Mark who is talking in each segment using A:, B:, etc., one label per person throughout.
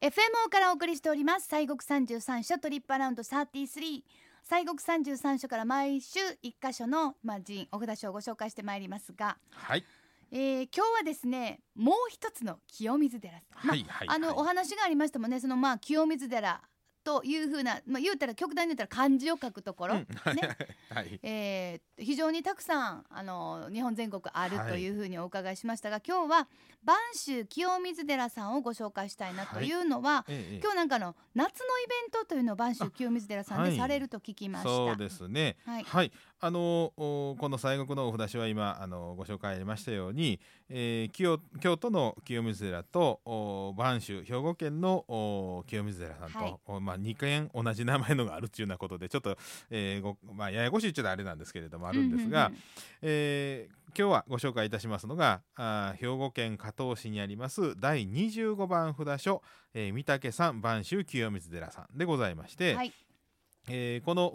A: FMO からお送りしております西国三十三所トリップアラウンド33西国三十三所から毎週一箇所のまあ寺院お札所をご紹介してまいりますが、
B: はい
A: えー、今日はですねもう一つの清水寺、まあ
B: はいはい
A: あのお話がありましたもんねそのまあ清水寺というふうな、まあ、言うたら極端に言ったら漢字を書くところ、
B: うんはい
A: ね
B: はい
A: えー非常にたくさんあの日本全国ある
B: はい
A: というふうにお伺いしましたが、今日は播州清水寺さんをご紹介したいなというのは、
B: ええ
A: 今日なんかの夏のイベントというのを播州清水寺さん
B: は
A: で
B: い
A: されると聞きました。
B: そうですね
A: はい
B: はい、あのおこの西国のお札所は今あのご紹介ありましたように、えー、清京都の清水寺とお播州兵庫県のお清水寺さんと、
A: はい
B: おまあ、2軒同じ名前のがあるっていうようなことでちょっと、えーごまあ、ややこしいっちゃあれなんですけれどもあるんです
A: う
B: が、
A: んうんうん
B: えー今日はご紹介いたしますのがあー兵庫県加東市にあります第25番札所、えー、御嶽山播州清水寺さんでございまして。
A: はい
B: えーこの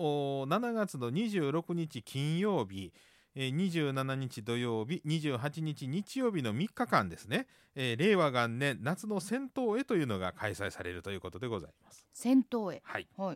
B: おー7月の26日金曜日、えー、27日土曜日28日日曜日の3日間ですね、えー令和元年夏の戦闘へというのが開催されるということでございます。
A: 戦闘へ、
B: はい
A: はい、こ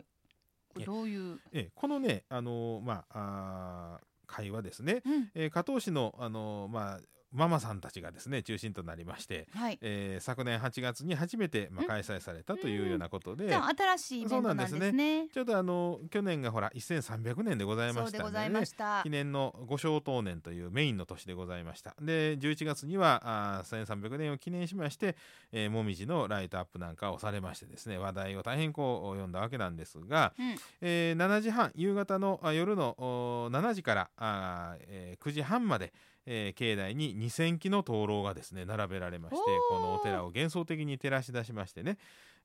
B: え
A: れどういう、
B: えーこのね、あのーまあ、あー会話ですね、
A: うん
B: えー加藤市の、あのーまあ、ママさんたちがですね中心となりまして、
A: はい、
B: えー昨年8月に初めて、まあ、
A: ん
B: 開催されたというようなことで。
A: じゃあ新しいイベントなんです
B: そうなん
A: ね。
B: ちょうどあの去年がほら1300年でございましたん
A: そうでございました
B: 記。念の五正当年というメインの年でございましたで11月にはあー1300年を記念しまして、えー、もみじのライトアップなんかをされましてですね話題を大変こう読んだわけなんですが、
A: うん
B: えー7時半夕方のあ夜のおー7時からあー、えー9時半まで、えー境内に2,000基の灯籠がですね並べられまして
A: おー
B: このお寺を幻想的に照らし出しましてね、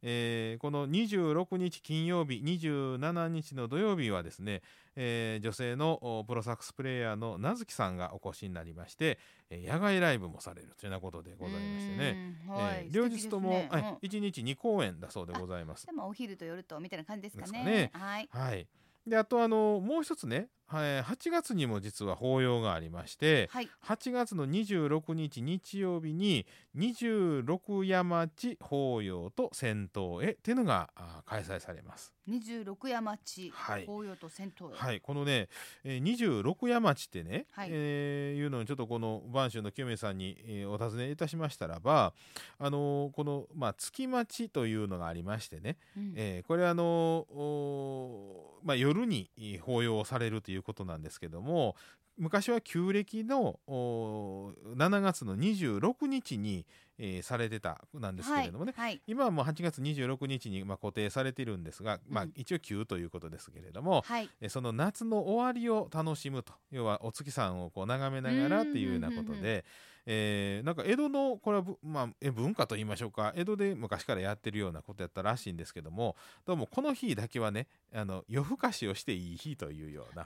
B: えーこの26日金曜日27日の土曜日はですね、えー女性のおプロサックスプレイヤーのなずきさんがお越しになりまして、えー野外ライブもされるというようなことでございましてね。
A: うん。はい
B: えー両日と
A: 素敵
B: も、
A: ですね
B: は
A: うん
B: い、1日2公演だそうでございます
A: で。もお昼と夜とみたいな感じですかね。
B: です
A: はい。
B: はい、であとあのもう一つね、はい、8月にも実は法要がありまして
A: はい。
B: 8月の26日日曜日に26山地法要と戦闘へっていうのがあー開催されます。
A: 二十六夜町、
B: はい
A: 紅葉と戦闘へ。
B: はい、このね、えー、26夜町ってね、
A: はい
B: えーいうのにちょっとこの播州の清明さんに、えーお尋ねいたしましたらば、あのーこの、まあ、月町というのがありましてね、
A: うん
B: えーこれはあのーおーまあ、夜にえー法要をされるということなんですけども昔は旧暦のおー7月の26日に、えーされてたなんですけれどもね、
A: はい。はい
B: 今はもう8月26日に、まあ、固定されているんですが、まあ
A: うん、
B: 一応旧ということですけれども、
A: はい。
B: えその夏の終わりを楽しむと要はお月さんをこう眺めながらっていうようなこと
A: うんうんうんう
B: で、えーなんか江戸のこれはぶ、まあ、え文化と言いましょうか江戸で昔からやってるようなことやったらしいんですけどもどうもこの日だけはねあの夜更かしをしていい日というような。
A: あ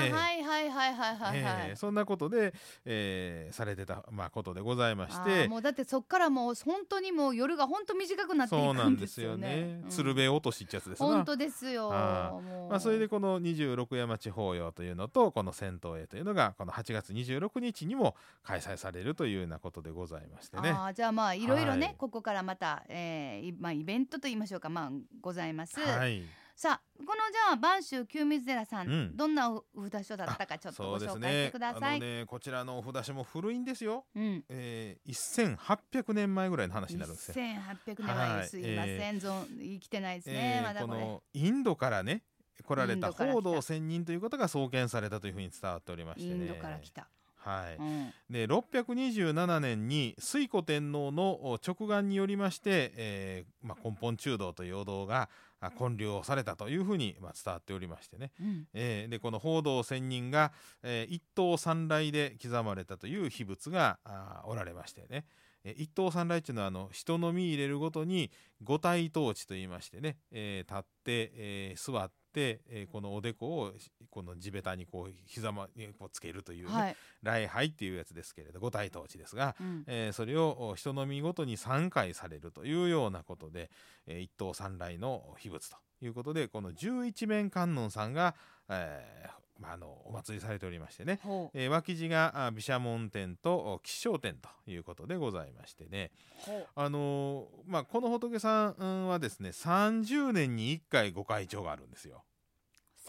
A: あ、
B: ええ
A: はいはいはいはいはいはい。
B: えーそんなことで、えーされてた、まあ、ことでございまし
A: あー
B: て
A: もうだってそっからもう本当にもう夜が本当短くなってい
B: そうな
A: くん
B: ん
A: で
B: です
A: すよ
B: よね
A: ね。うん
B: 鶴瓶落としっちゃつですな
A: 本当ですよ。
B: あ
A: もう
B: まあ、それでこの26山地法要というのとこの銭湯へというのがこの8月26日にも開催されるというようなことでございましてね。
A: あーじゃあまあいろいろね、
B: はい
A: ここからまた、えーいまあ、イベントと言いましょうかまあございます、
B: はい、
A: さあこのじゃあ播州清水寺さん、
B: うん
A: どんなお札所だったかちょっと
B: そ
A: ご
B: うで
A: 紹
B: す
A: 介して
B: ね
A: く
B: あ
A: ださ
B: の
A: い。
B: ねこちらのお札所も古いんですよ、
A: うん
B: えー、1800年前ぐらいの話になるんですよ。
A: 1800年前、
B: はい
A: すいません、
B: え
A: 存生きてないですね、
B: えー
A: まだ
B: こ
A: これ。
B: のインドからね来られ
A: イン
B: た
A: ドから来た
B: 報道仙人ということが創建されたというふうに伝わっておりまして
A: イ
B: ね。
A: ンドから来た、
B: はい、
A: うん
B: で627年に推古天皇のお直眼によりまして、えーまあ、根本中道というお堂があ建立をされたというふうに、まあ、伝わっておりましてね、
A: うん
B: えーでこの報道仙人が、えー一等三来で刻まれたという秘仏があーおられましてね、えー一等三来というのはあの人の身入れるごとに五体統治といいましてね、えー立って、えー座って、えーこのおでこをしこの地べたにこう膝まにこうつけるというね、
A: はい、
B: 礼拝っていうやつですけれど五体統治ですが、
A: うん
B: えーそれをお人のみごとに3回されるというようなことで、えー一等三来の秘仏ということでこの十一面観音さんが、えーまあ、あのお祭りされておりましてね、
A: ほう
B: えー脇地があ毘沙門天と吉祥天ということでございましてね、
A: ほ
B: あのーまあ、この仏さんはですね30年に1回ご会長があるんですよ。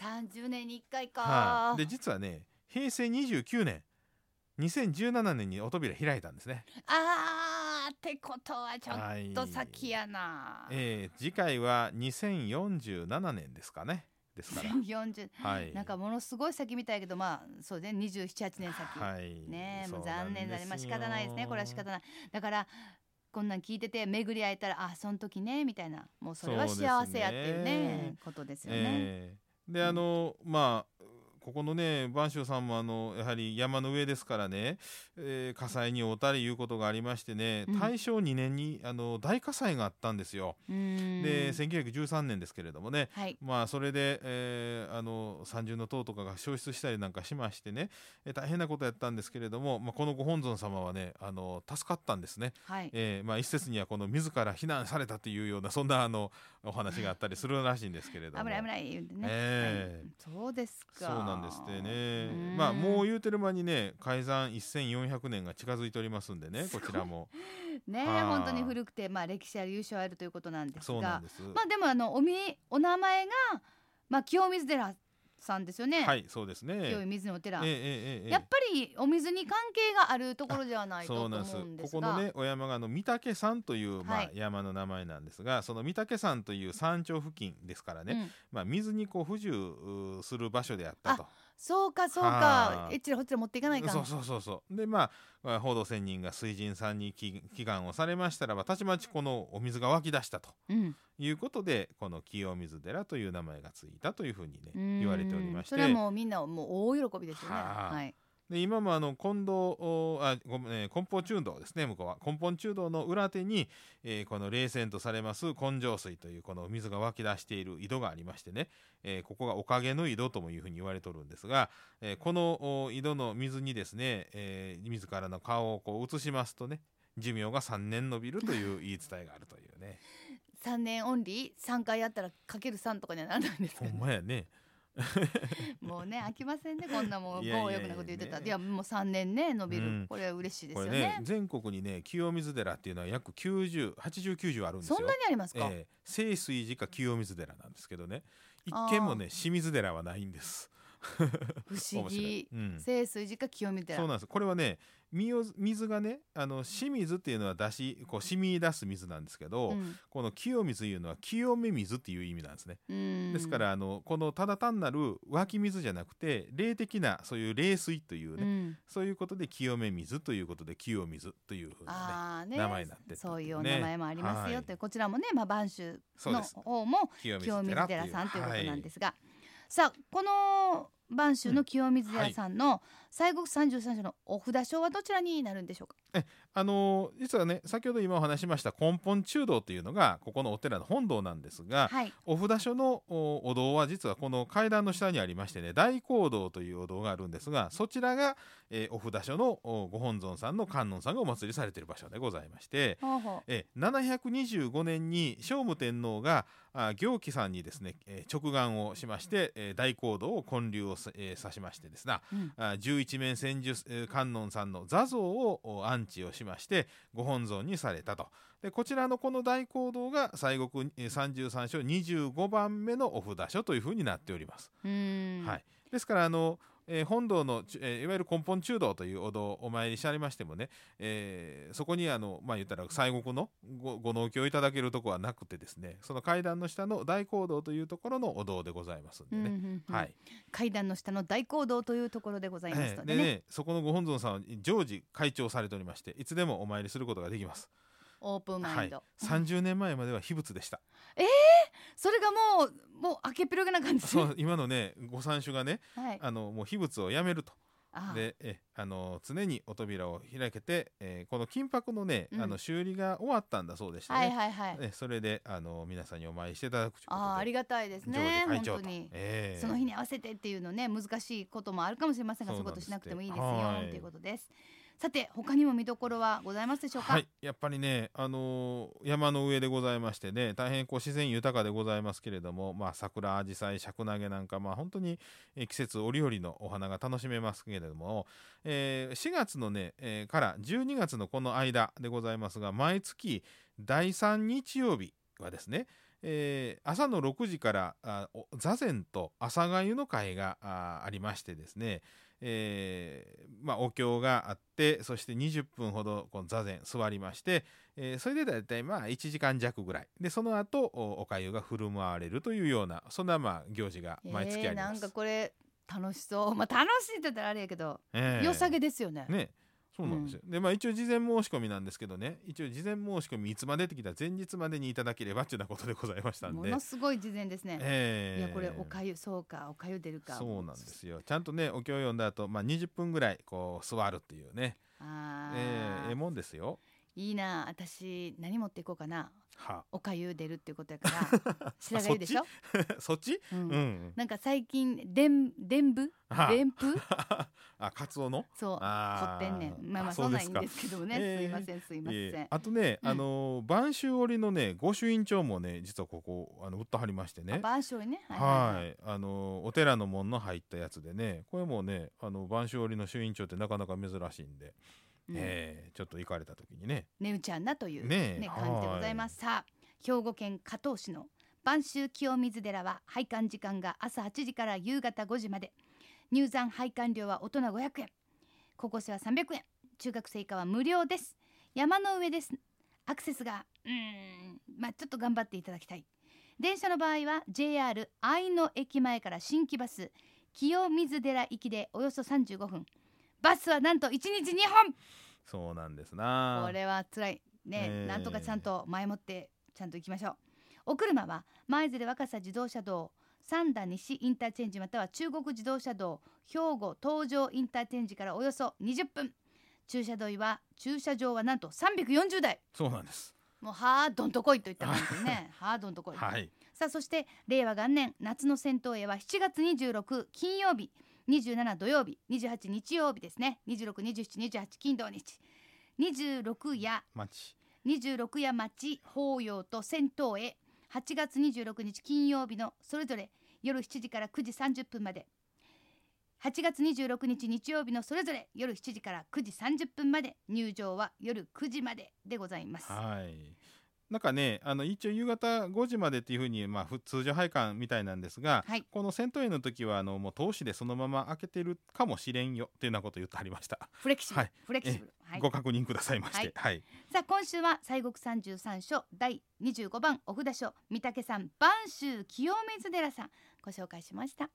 A: う30年に一回か、
B: はいで実はね平成29年2017年にお扉開いたんですね。
A: あーってことはちょっ
B: はい
A: と先やな、
B: えー次回は2047年ですかね。ですから。
A: 1040
B: はい。
A: なんかものすごい先みたいけどまあそうね278年先、
B: はい。
A: ねえ
B: そ
A: もう
B: うな
A: 残
B: ん
A: 念だねまあ
B: す
A: 仕
B: よ
A: 方ないですねこれは仕方ないだからこんなん聞いてて巡り会えたらあその時ねみたいなもうそれは
B: そうですね
A: 幸せやっていうねことですよね、
B: ええであの、まあここのね播州さんもあのやはり山の上ですからね、えー火災に遭うたりいうことがありましてね、
A: うん
B: 大正2年にあの大火災があったんですよ。
A: うーん
B: で1913年ですけれどもね
A: はい
B: まあそれで、えーあの三重の塔とかが消失したりなんかしましてね、えー大変なことやったんですけれども、まあ、このご本尊様はねあの助かったんですね、
A: はい
B: えーまあ、一説にはこの自ら避難されたというようなそんなあのお話があったりするらしいんですけれど
A: 危
B: も。
A: ない危ない言うんでね、
B: ええ
A: はいそうですか
B: そうなんですってね
A: うー。ん
B: まあもう言うてる間にね開山1400年が近づいておりますんでねこちらも
A: ねえ
B: はい
A: 本当に古くてまあ歴史ある優勝あるということなんです
B: そうな
A: が
B: んです。
A: まあでもあのおみお名前がまあ清水寺さんですよね、
B: はいそうですね。
A: 清水のお
B: え
A: 寺、
B: えええええ
A: やっぱりお水に関係があるところではない
B: そ
A: とと
B: うなんで
A: 思う
B: す
A: んで
B: こ
A: す
B: こ
A: が
B: のねお山があの御嶽山という、まあ
A: はい
B: 山の名前なんですがその御嶽山という山頂付近ですからね、
A: うん
B: まあ、水にこう不自由する場所であったと
A: そうかそう
B: は
A: か
B: あ
A: えっちらこっちら持っていかないかん
B: そうそうそうそうでまあ報道仙人が水神さんに祈祈願をされましたらばたちまちこのお水が湧き出したと
A: うん
B: いうことでこの清水寺という名前がついたというふうにね
A: うーん
B: 言われておりまして
A: それはもうみんなもう大喜びですよね
B: はあ
A: はい
B: で今もあの近藤おあごめん、えー根本中道ですね向こうは根本中道の裏手に、えーこの冷泉とされます根性水というこのお水が湧き出している井戸がありましてね、えーここがおかげの井戸ともいうふうに言われとるんですが、えーこのお井戸の水にですね、えー自らの顔をこう移しますとね寿命が3年延びるという言い伝えがあるという ね
A: 三年オンリー三回やったらかける三とかにはならないんですか
B: ほ
A: ね
B: んまやね
A: もうね飽きませんねこんなもう
B: いやいやいや
A: 強欲なこと言ってたら
B: ね
A: いやもう三年ね伸び
B: う
A: る
B: ん
A: これは嬉しいです
B: こ
A: よね
B: れね全国にね清水寺っていうのは約908090あるんです
A: そ
B: よ
A: んなにありますか
B: ええ清水寺か清水寺なんですけどね一軒もね清水寺はないんです
A: 不思
B: 面白い
A: 議、
B: うん、
A: 清水寺か清水寺
B: そうなんですこれはねみよ水がねあの清水っていうのは出しこう染み出す水なんですけど、
A: うん
B: この清水いうのは清め水っていう意味なんですね、
A: うん
B: ですからあのこのただ単なる湧き水じゃなくて霊的なそういう霊水というね、
A: うん
B: そういうことで清め水ということで清水というふう
A: あ
B: なね
A: ーね
B: 名前になってった
A: そういうお
B: ね
A: 名前もありますよ
B: はい
A: という、こちらもね、まあ、播州
B: そう
A: の
B: です
A: 方も
B: 清
A: 清水
B: ってい
A: 寺
B: う、
A: さんということなんですすが、さあこの播州の清水寺さんの西国三十三所のお札書はどちらになるんでしょうか、
B: あのー実はね先ほど今お話しました根本中道というのがここのお寺の本堂なんですが、
A: はい、
B: お札所のおお堂は実はこの階段の下にありましてね大講堂というお堂があるんですがそちらが、えーお札所のおご本尊さんの観音さんがお祭りされている場所でございまして。
A: ほうほ
B: えー725年に聖武天皇があ行基さんにですね、えー直眼をしまして、えー大講堂を建立をさ、えーさしましてですな
A: う、うん
B: あ十一面千手えー観音さんの座像をお安置をしましてご本尊にされたとでこちらのこの大講堂が西国えー33章25番目のお札書というふうになっております。
A: うーん
B: はい、ですからあの、えー本堂のちゅ、えーいわゆる根本中堂というお堂お参りしてありましてもね、えーそこにあのまあ言ったら西国のごご納居をいただけるとこはなくてですねその階段の下の大講堂というところのお堂でございますんで
A: うんう
B: ね。
A: んうん
B: はい、
A: 階段の下の大講堂というところでございますので
B: ええ
A: ね,、
B: でねそこのご本尊さんは常時会長されておりましていつでもお参りすることができます、
A: オープンマ
B: は
A: イン
B: い
A: ド、、
B: 30年前までは秘仏でした
A: それがもうもう開けっぴろげな感じで
B: そう今のねご三種がね
A: はい
B: あのもう秘仏をやめると
A: あ
B: でえあの常にお扉を開けて、えーこの金箔のね、
A: うん
B: あの修理が終わったんだそうでしたね、
A: はいはいはい、
B: えそれであの皆さんにお参りしていただくということで
A: ああありがたいですね
B: 常時
A: 本
B: 会長
A: 当
B: と
A: に、
B: ええ
A: その日に合わせてっていうのね難しいこともあるかもしれませんが
B: そ
A: そうういうこ
B: なんで
A: と
B: す
A: しなくてもいいです
B: っ
A: よ
B: てはい
A: ということですさて他にも見どころはございますでしょうか、
B: はい、やっぱりね、あのー山の上でございましてね大変こう自然豊かでございますけれども、まあ、桜アジサイシャクナゲなんか、まあ、本当にえー季節折々のお花が楽しめますけれども、えー4月のね、えーから12月のこの間でございますが毎月第3日曜日はですねえー朝の6時からあお座禅と朝粥の会があありましてですね、えーまあ、お経があってそして20分ほどこの座禅座りまして、えーそれで大体まあ1時間弱ぐらいでその後おお粥が振る舞われるというようなそんなまあ行事が毎月あり
A: えーな
B: ま
A: ん
B: す。
A: かこれ楽しそうまあ楽しいって言ったらあれやけど、
B: えー
A: 良さげですよね
B: ねそうなんですよ、でまあ一応事前申し込みなんですけどね一応事前申し込みいつまでってきたら前日までにいただければっていうようなことでございましたん
A: も
B: で
A: の。すごい事前ですね、
B: えー
A: いやこれおかゆそうかおかゆ出るか
B: そうなんですよちゃんとねお経を読んだ後、まあ20分ぐらいこう座るっていうねえ
A: あ
B: ーえ
A: ー
B: えもんですよ
A: いいな私何持っていこうかな
B: は
A: おかゆ出るっていうことやから白髪いいでしょ、
B: あそっち
A: う
B: うんん、
A: なんか最近でんでんぶ
B: はあ
A: でんぷ
B: あカツオの
A: そう凝
B: あ
A: っ
B: ー
A: てんねんまあまあ
B: そ
A: そ
B: うん
A: な
B: で
A: んいい
B: す
A: ん
B: か
A: ですけどもね、
B: えー
A: すいませんすいません、
B: ええあとね、
A: うん
B: あのー晩秋織のね御朱印帳もね実はここあの売ってはりましてね
A: バーションね
B: はい、あのーお寺の門の入ったやつでねこれもねあの晩秋織の朱印帳ってなかなか珍しいんで、
A: うん
B: ええちょっと行かれた時にね
A: ねうちゃんなという
B: ねえ
A: ね感じでございますさあ兵庫県加東市の晩秋清水寺は拝観時間が朝8時から夕方5時まで入山拝観料は大人500円高校生は300円中学生以下は無料です山の上ですアクセスがうーんまあちょっと頑張っていただきたい電車の場合は JR 愛の駅前から新規バス清水寺行きでおよそ35分バスはなんと1日2本
B: そうなんですな
A: これは辛いね、
B: えー
A: なんとかちゃんと前もってちゃんと行きましょうお車は舞鶴若狭自動車道三田西インターチェンジまたは中国自動車道兵庫東上インターチェンジからおよそ20分駐車場は駐車場はなんと340台
B: そうなんです
A: もうはあどんとこいといった感じで ねはあどんとこい、
B: はい
A: さあそして令和元年夏の戦闘へは7月26金曜日27土曜日28日曜日ですね262728金土日26夜
B: 町
A: 26夜町法要と銭湯へ8月26日金曜日のそれぞれ夜7時から9時30分まで8月26日日曜日のそれぞれ夜7時から9時30分まで入場は夜9時まででございます。
B: はい。なんかね、あの一応夕方5時までっていうふうに、まあ、ふ通常配管みたいなんですが、
A: はい
B: この銭湯への時はあのもう投資でそのまま開けてるかもしれんよっていうようなことを言ってありました、
A: フレキシブル、
B: はい
A: フレキシブル。はい
B: ご確認くださいましてはい、
A: さあ今週は西国三十三所第二十五番お札所三宅さん播州清水寺さんご紹介しました